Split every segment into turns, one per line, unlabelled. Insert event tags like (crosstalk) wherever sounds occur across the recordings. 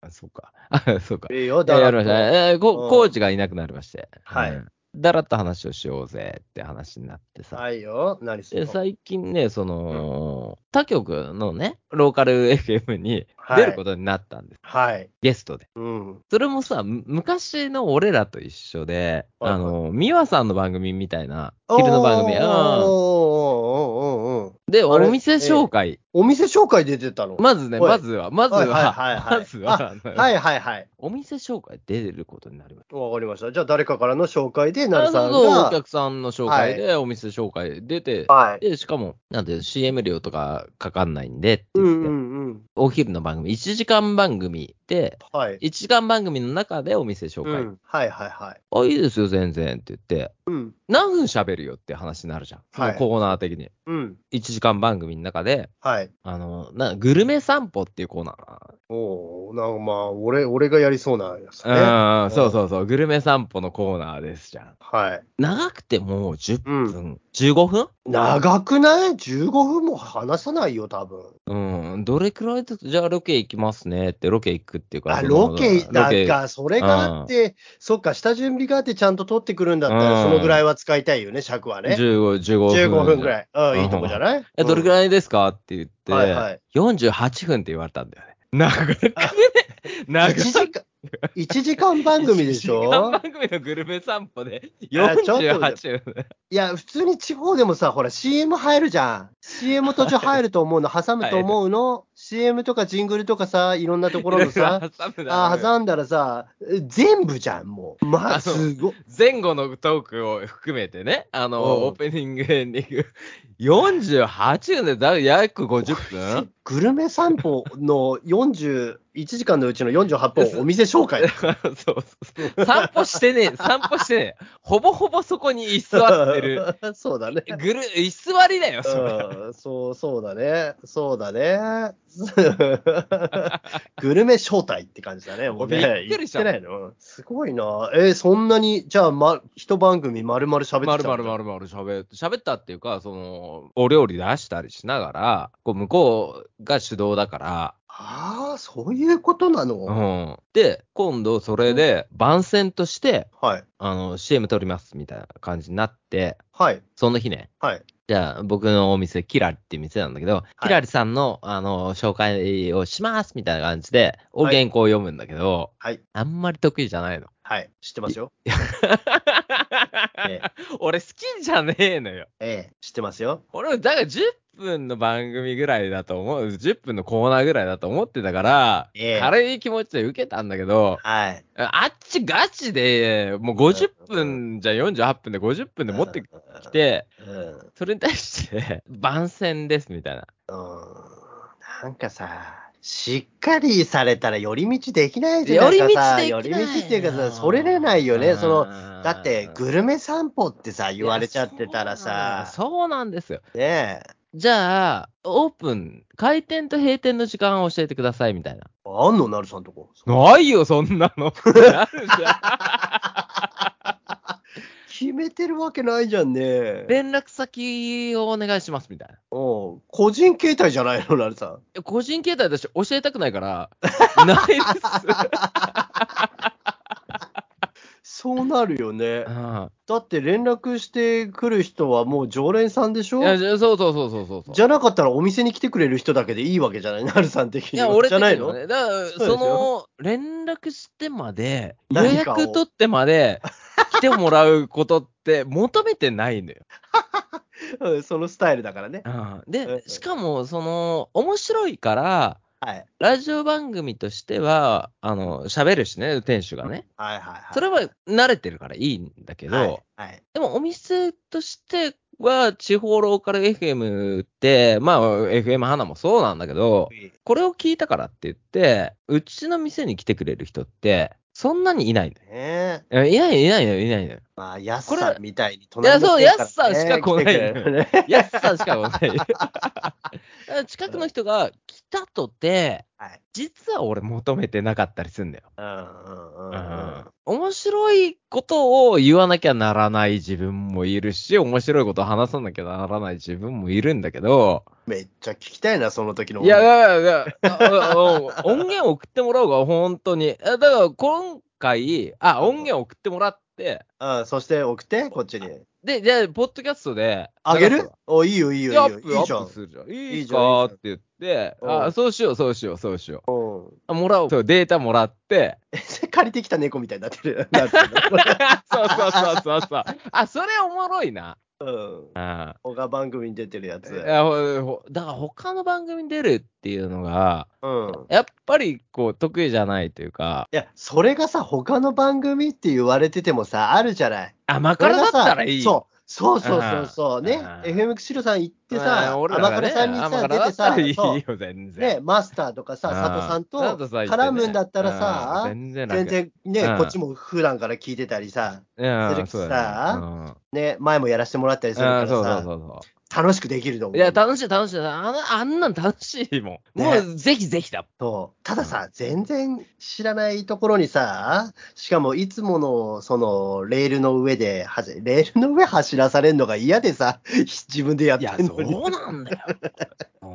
あそうか。 (laughs) あそうか。
いいよ、
いや
だ
や
か
りました
ら。
ね。えーこ
うん
コーチがいなくなりまして。
はい
うん。だらっと話をしようぜって話になってさ。
はいよ、何す
で
るの
最近ね、その、他局のね、ローカル (laughs) FM に
はい
出ることになったんです。
はい。
ゲストで。
うん。
それもさ、む昔の俺らと一緒で、
はいはい
あの、美和さんの番組みたいな、昼の番組。
おーおー
うん
おーおーおーおーおー
で、
あれ
お店紹介。
お店紹介で出てたの。
まずね、
はい
まずは、まずは、
はいはいはいはい
まずは、あの
はいはいはい。
お店紹介出ることになりまし
わかりました。じゃあ、誰かからの紹介で、
た。
なるさん
そうそうお
が。
客さんの紹介で、お店紹介出て、
はい。
で、しかも、なんて CM 料とかかかんないんでって
う
言って、
んうんうん。
お昼の番組、1時間番組で、
はい。
1時間番組の中でお店紹
う
介。
ん、はいはいはい。
あ、いいですよ、全然って言って、
うん。
何分喋るよって話になるじゃん。そ
は
の
い
コーナー的に。
うん。
1時間番組の中で、
はい。
あの、なグルメ散歩っていうコーナー。
おおなんかまあ、俺、俺がやりそうなやつね。
うん、
ん
そうそうそう、グルメ散歩のコーナーですじゃん。
はい。
長くてもう10分、
う
15分
長くない ?15 分も話さないよ、多分。
うん、どれくらいずつ、じゃあロケ行きますねって、ロケ行くっていうから。
あ、
その
ロケ、
ロ
なんか、それがあって、そっか、下準備があってちゃんと撮ってくるんだったら、
うん
そのぐらいは使いたいよね、尺はね。
15, 15
15
分。
分ぐら
い。
い。うん、いいとこじゃない
え、どれく
い
らいですかって言って、
はいはい
48分って言われたんだよね。長くね。長
?1
(laughs)
時間、1時間番組でし
一時間
ょ
番組のグルメ散歩で
あちょっと
48分。
いや、普通に地方でもさ、ほら、CM 入るじゃん。CM 途中入ると思うの、挟むと思うの、CM とかジングルとかさ、いろんなと
(laughs)
ころのさ、
挟むだろ
あ
うよ
挟んだらさ、全部じゃん、もう。
あ
まあ、
そう
すごい。
前後のトークを含めてね、あの、
うん
オープニング、エンディング、48分でだ約50分
グルメ散歩の41時間のうちの48本、お店紹
(laughs)
介。
そうそうそう。散歩してねえ、散歩してねえ。ほぼほぼそこに居座ってる。
(laughs) そうだね。
ぐる、居座りだよ、それ。
うん、そう、そうだね。そうだね。 (laughs) グルメ招待って感じだね。もうね。
びっくりした
言ってないの。すごいな。えーそんなに、じゃあ、ま、一番組丸々喋って
まる
た
まるまるまる喋って、喋ったっていうか、その、お料理出したりしながら、こう、向こうが主導だから、
ああ、そういうことなの。
うん。で、今度それで番宣として、
はい。
あの、CM 撮ります、みたいな感じになって、
はい。
その日ね、
はい。
じゃあ、僕のお店、キラリっていう店なんだけど、
い
キラリさんの、あの、紹介をしますみたいな感じで、お原稿を読むんだけど、
はい。
あんまり得意じゃない
(laughs)
の。
はい。知ってますよ。え
俺好きじゃねえのよ。
えええ知ってますよ。
俺、だから10分の番組ぐらいだと思う、10分のコーナーぐらいだと思ってたから、
ええ
軽い気持ちで受けたんだけど、
はい。
あっちガチで、もう50分じゃ48分で50分で持ってきて、
うん。うん。
それに対して、番宣ですみたいな。
なんかさ、しっかりされたら寄り道できないじ
寄
ゃな
り
い
道
か
でき
さ
ない
寄り道っていうかさ、それれないよね。その、
の
だって、グルメ散歩ってさ、言われちゃってたらさ、
そうなんですよ。
ねえ、
じゃあ、オープン、開店と閉店の時間を教えてくださいみたいな。
あんのなるさんとこ。
ないよ、そんなの。 (laughs) あるじゃ
決めてるわけないじゃんね
ん。。連絡先をお願いしますみたいな。
おう個人携帯じゃないの、なるさん。
いや個人携帯だし、教えたくないから、 (laughs) ないです。
そうなるよね
(laughs) う。ん
だって連絡してくる人はもう常連さんでしょ
いやじゃそうそうそうそうそうそう。
じゃなかったらお店に来てくれる人だけでいいわけじゃない、なるさん的
い
に
や、
は。
俺
じゃない
的に
の
はねだから、
うです
そ
よ
の、連絡してまで、予
何かを
約取ってまで、来てもらうことって求めてないのよ。
うんそのスタイルだからね。
うん
うん
で、しかも、その、面白いから、
はい。
ラジオ番組としては、あの、喋るしね、店主がね。
はいはいはい。
それは慣れてるからいいんだけど、
はい、はい。
でもお店としては、地方ローカル FM って、まあ、FM 花もそうなんだけど、これを聞いたからって言って、うちの店に来てくれる人って、そんなにいないんだよ。
ね
え
え
いない、いないのよ、いないのよ。
まあ、ヤス
こ
さ
れ
んみたいに
いや、そう、
の
や
人
っさん
から
しか来
ね
ない
来て
の
くれる
よ。やっさんしか来ない。だ
(laughs)
から近くの人が来たとて、
はい
実は俺求めてなかったりするんだよ。
うんうん
う
うんうん
ん面白いことを言わなきゃならない自分もいるし、面白いことを話さなきゃならない自分もいるんだけど、
めっちゃ聞きたいな、その時の。
いや、いやいやいや、あああ音源送ってもらおうが、本当に。あだから今回、あ、音源送ってもらって、
うん、そして送って、こっちに。
で、じゃあ、ポッドキャストで。
あげるお、いいよ、いいよ、
い
いい
やア
よ。
ップ
いい
ア
じゃ
ップ
ん。
するじゃん。
い
い
い
い
じゃん
かって言って、
うん
あ、そうしよう、そうしよう、そうしよう。
うん。
あもらおう。そう、データもら (laughs) って。
借りてきた猫みたいになってる。なんていう
そうそうそうそうそう。あ、それおもろいな。
のうん。
あ
他番組に出てるやつ。
いやほほだから他の番組に出るっていうのが、
うん。
やっぱりこう得意じゃないというか、
いや、それがさ、他の番組って言われててもさ、あるじゃない。
甘辛だったらいい。
そう。そうそうそうそう。ね
あ。ー
FM 釧路さん行って
う
さ、
ん
甘
俺らが
倉
ね
さんにさ、
甘辛
出
だっ
て
た
さ
らい、い
そう。
よ、全然。
ね、マスターとかさ、
うん
佐藤さんと
佐藤さん行ってね
絡むんだったらさ
うん全然楽
全然ね、
うん
こっちも普段から聞いてたりさ、
うん
するし
そうだねうん
ね、前もやらせてもらったりするか
あ
ら
そうそう
さ、
そうそ
楽しくできると
う。
思。
いうや、楽しい、楽しい。あのあんなん楽しいもん。も
ね
う、ぜひぜひだ。
そうたださ、全然知らないところにさ、しかもいつものそのレールの上で、はじレールの上走らされるのが嫌でさ、 (laughs) 自分でやっ
い
て
や、
んのに。
そうなん
(laughs)
だよ。うん
うん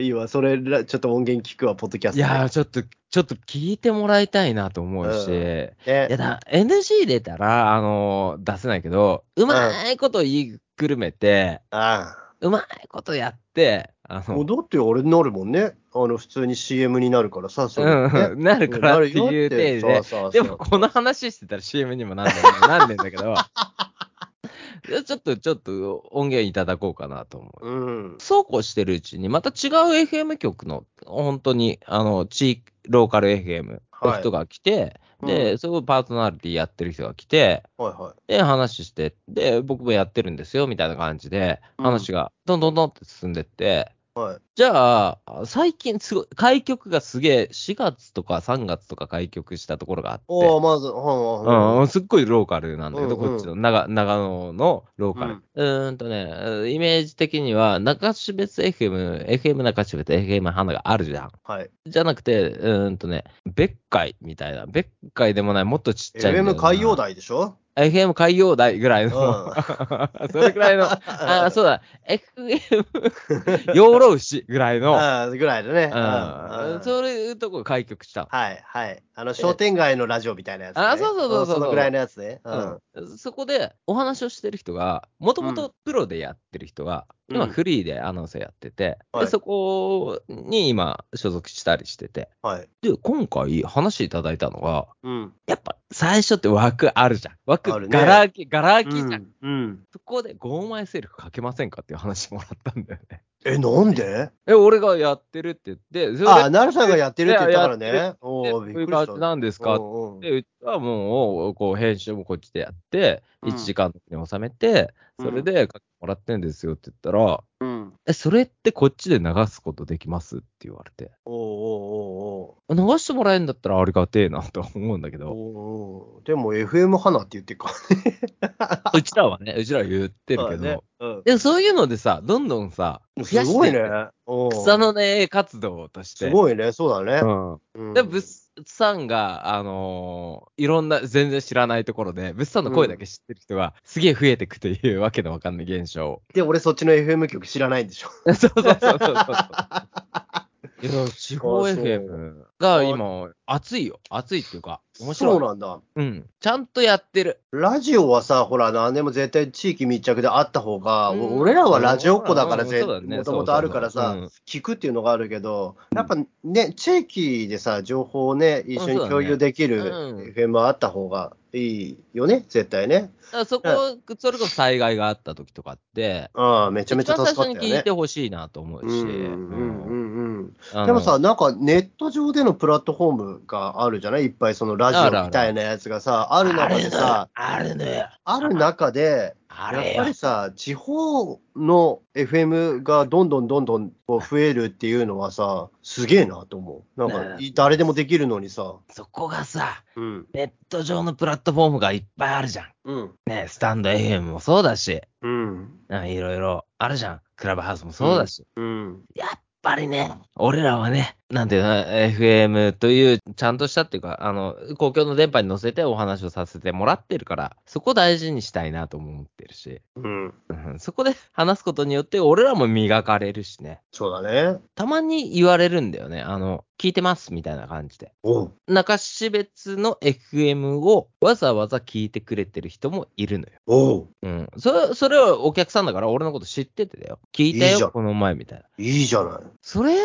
いいわ、それら、ちょっと音源聞くわ、ポッドキャスト
い
で。
やー、ちょっと、ちょっと聞いてもらいたいなと思うし、
うん
い
ね
やだ、NG 出たら、あのー出せないけど、うまいこと言いくるめて、
ああ
うまいことやって、あ
もう
の、
だってあれになるもんね。あの、普通に CM になるからさ、それね
うん、なるからって
なる
い
よ
う体で、
そうそうそう
でもこの話してたら CM にもなんねんなんねんだけど、 (laughs) いやちょっと、ちょっと音源いただこうかなと思う。
うん。
そうこうしてるうちに、また違う FM 局の、本当に、あの、地域、ローカル FM の人が来て、
はい
で、そういうパーソナリティやってる人が来て、
はいはい。
で、話して、で、僕もやってるんですよ、みたいな感じで、
うん
話が、どんどんどんって進んでって、
はい。
じゃあ、最近すごい、開局がすげえ、4月とか3月とか開局したところがあって、
おー、まず、はいはいはい
うん、すっごいローカルなんだけど、
うんうん
こっちの長長野のローカル。うーんとね、イメージ的には、中標別 FM、FM 中標別 FM 花があるじゃん。
はい。
じゃなくて、うーんとね、別海みたいな。別海でもない、もっとちっちゃいんだよな。
FM 海洋台でしょ
FM 海洋大ぐらいの。
う
(laughs) それぐらいの。あ、そうだ。FM 養老市ぐらいの。
ああぐらいだね。
うん。
うん
そういうとこ開局したの。
はいはい。あの、商店街のラジオみたいなやつね。
あそうそうそうそうん
そのぐらいのやつね。うん。
うんそこでお話をしてる人が、もともとプロでやってる人が、
うん
今フリーでアナウンサーやってて、
はい
でそこに今所属したりしてて、
はい。
で、今回話いただいたのが、
うん。
やっぱ最初って枠あるじゃん。枠
ある、ね
ガラ空き、ガラ空きじゃん。
うん。
そこでゴーマイセルフかけませんかっていう話もらったんだよね。
え、なんで
え、俺がやってるって言って、それ
あ、なるさんがやってるって言ったから
いやや
ね。おー、
で
び
こうい
っくり
う
した
感じ。なんですか
うんうん
で、うちはもう、こう、編集もこっちでやって、
うん
1時間に収めて、それで書いてもらってんですよって言ったら、
うん。
え、それってこっちで流すことできますって言われて、
おーお
流してもらえんだったらありがてえなとは思うんだけ
ーお
ど、
ーおーおーおーでも FM 花って言ってるか。
うちらはね、うちらは言ってるけど、
(laughs) そうだねうん
でもそういうのでさ、どんどんさ、増や
す
し
ご
て
い
いく
ね。うん
草の根活動として。
すごいね、そうだね。
う、
うんん
で、ブッさんが、あのーいろんな、全然知らないところで、ブッさんの声だけ知ってる人が、すげえ増えてくというわけのわかんない現
(laughs)
象。
で、俺そっちの FM 曲知らないんでしょ。
そうそうそうそうそう。いや、地方
あそう
FM が今、熱いよ。熱いっていうか、面白い。
そうなんだ。
うん。ちゃんとやってる。
ラジオはさ、ほら、何でも絶対地域密着であった方が、
うん
お俺らはラジオっ子だから
うん
ぜ、
そうだね
もともとあるからさ、
そうそう
聞くっていうのがあるけど、やっぱね、地域でさ、情報をね、一緒
うんそう
に
だね
共有でき
う
る
ん
FM はあった方がいいよね、絶対ね。
だからそこ、それこそ災害があった時とかって、
ああ、めちゃめ
一
ちゃ
番
助
最
かっ
初
た
に聞
よ
い
ね
て。ほしいなと思うし。
うんうんうんうん
あの
でもさ、なんかネット上でのプラットフォーのがあるじゃないいっぱいそのラジオみたいなやつがさ、ある中でさ、
あるのよ。
ある中で、
あ
やっ
れ
ぱ
よ
り。さ、地方の FM がどんどんどんどんこう増えるっていうのはさ、すげえなと思う。なん
ね
か、い誰でもできるのにさ。
そこがさ、
うん。
ネット上のプラットフォームがいっぱいあるじゃん。
うん。
ね、スタンド FM もそうだし、
うん。
うんいろいろあるじゃん。クラブハウスもそうだし。
うん。
やっぱりね、俺らはね、なんていうの、FM という、ちゃんとしたっていうか、あの、公共の電波に乗せてお話をさせてもらってるから、そこ大事にしたいなとも思ってるし、
うん。
うんそこで話すことによって、俺らも磨かれるしね。
そうだね。
たまに言われるんだよね。あの、聞いてますみたいな感じで。
おう。
中標別の FM をわざわざ聞いてくれてる人もいるのよ。
おう。
うん。そそれはお客さんだから俺のこと知っててだよ。聞いた
いい
よ、
じゃん
この前みたいな。
いいじゃない。
それ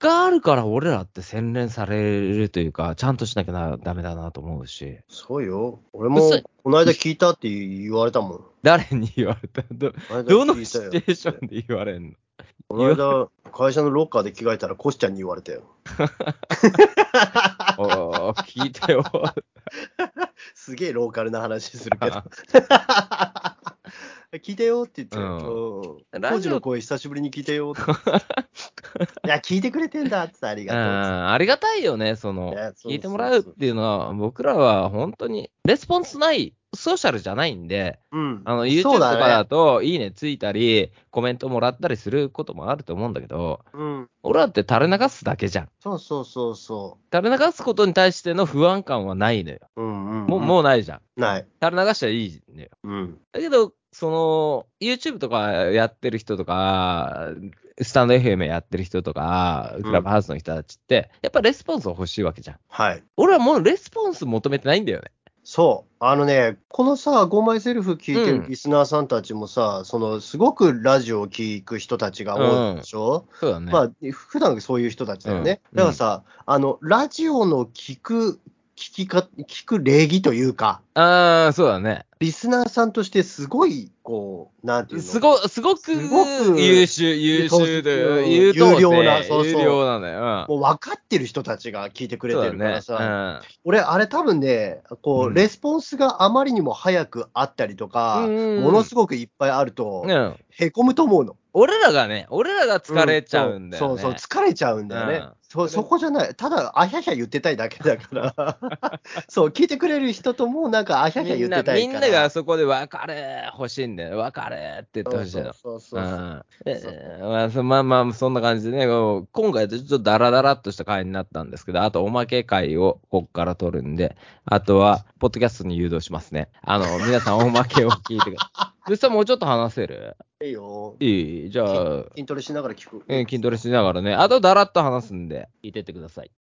があるから俺らって洗練されるというか、ちゃんとしなきゃなダメだなと思うし。
そうよ。俺
嘘
も、この間聞いたって言われたもん。
誰に言われた
(laughs)
ど
こ間
どの
聞い
シチ
たよ
ュエーションで言われ
(laughs)
んの
この間、会社のロッカーで着替えたら、コシちゃんに言われたよ。
おー聞いたよ。
すげえローカルな話するけど。聞いたよって言って、
う
うんん、
ラジオ
当時の声久しぶりに聞いたよって
(laughs)
いや、聞いてくれてんだってあり
うん、
が
ありがたいよね、そ
とう
の
っつって。ねそそそ
聞いてもらうっていうのは、僕らは本当に、レスポンスない、ソーシャルじゃないんで、
うん。
あの、YouTube
そ
と
う
か
だね
だと、いいねついたり、コメントもらったりすることもあると思うんだけど、
うん。
俺らって垂れ流すだけじゃん。
そうそうそうそ
垂れ流すことに対しての不安感はないのよ。
う。うんうん、うん。
もう、もうないじゃん。
う。ない。
垂れ流したらいいのよ。
うん。
だけど、その、YouTube とかやってる人とか、スタンド FM やってる人とか、クラブハウスの人たちって、やっぱレスポンスを欲しいわけじゃん。
はい。
俺はもうレスポンス求めてないんだよね。
そう。あのね、このさ、ゴーマイセルフ聞いて
うん
るリスナーさんたちもさ、その、すごくラジオを聞く人たちが多いでしょ、
そうだね。
まあ、普段そういう人たちだよね。
うん
だからさ、あの、ラジオの聞く、聞きか、聞く礼儀というか、
ああ、そうだね。
リスナーさんとしてすごい、こう、なんていうの
すご、すごく
すごく
優秀、優秀と
うん
いう、優等生
有料なそうそう
有料なのよ。うん
もう分かってる人たちが聞いてくれ
そう
て
だ
るから
ね。
さ、俺、あれ多分ね、こう、
うん
レスポンスがあまりにも早くあったりとか、
うん
ものすごくいっぱいあると
う、ん。うん
へこむと思うの。
俺らがね、俺らが疲れちゃうんだよね。
そうそう、疲れちゃうんだよね。
うん
そそこじゃない、ただ、あひゃひゃ言ってたいだけだから、そう、聞いてくれる人とも、なんか、あひゃひゃ
み
言
ん
ってた
ない
から。
みんながあそこで別れ欲しいんだよ。別れって言ってほしいの。
そうそううそう。
んえーまあそまあまあ、そんな感じでね、こう今回ちょっとダラダラっとした回になったんですけど、あとおまけ回をここから取るんで、あとは、ポッドキャストに誘導しますね。あの、皆さんおまけを聞いてください。
(laughs)
そしたらもうちょっと話せる
いいよ。
いいじゃあ、
筋トレしながら聞く。
うん筋トレしながらね、あとダラっと話すんで、聞いてってください。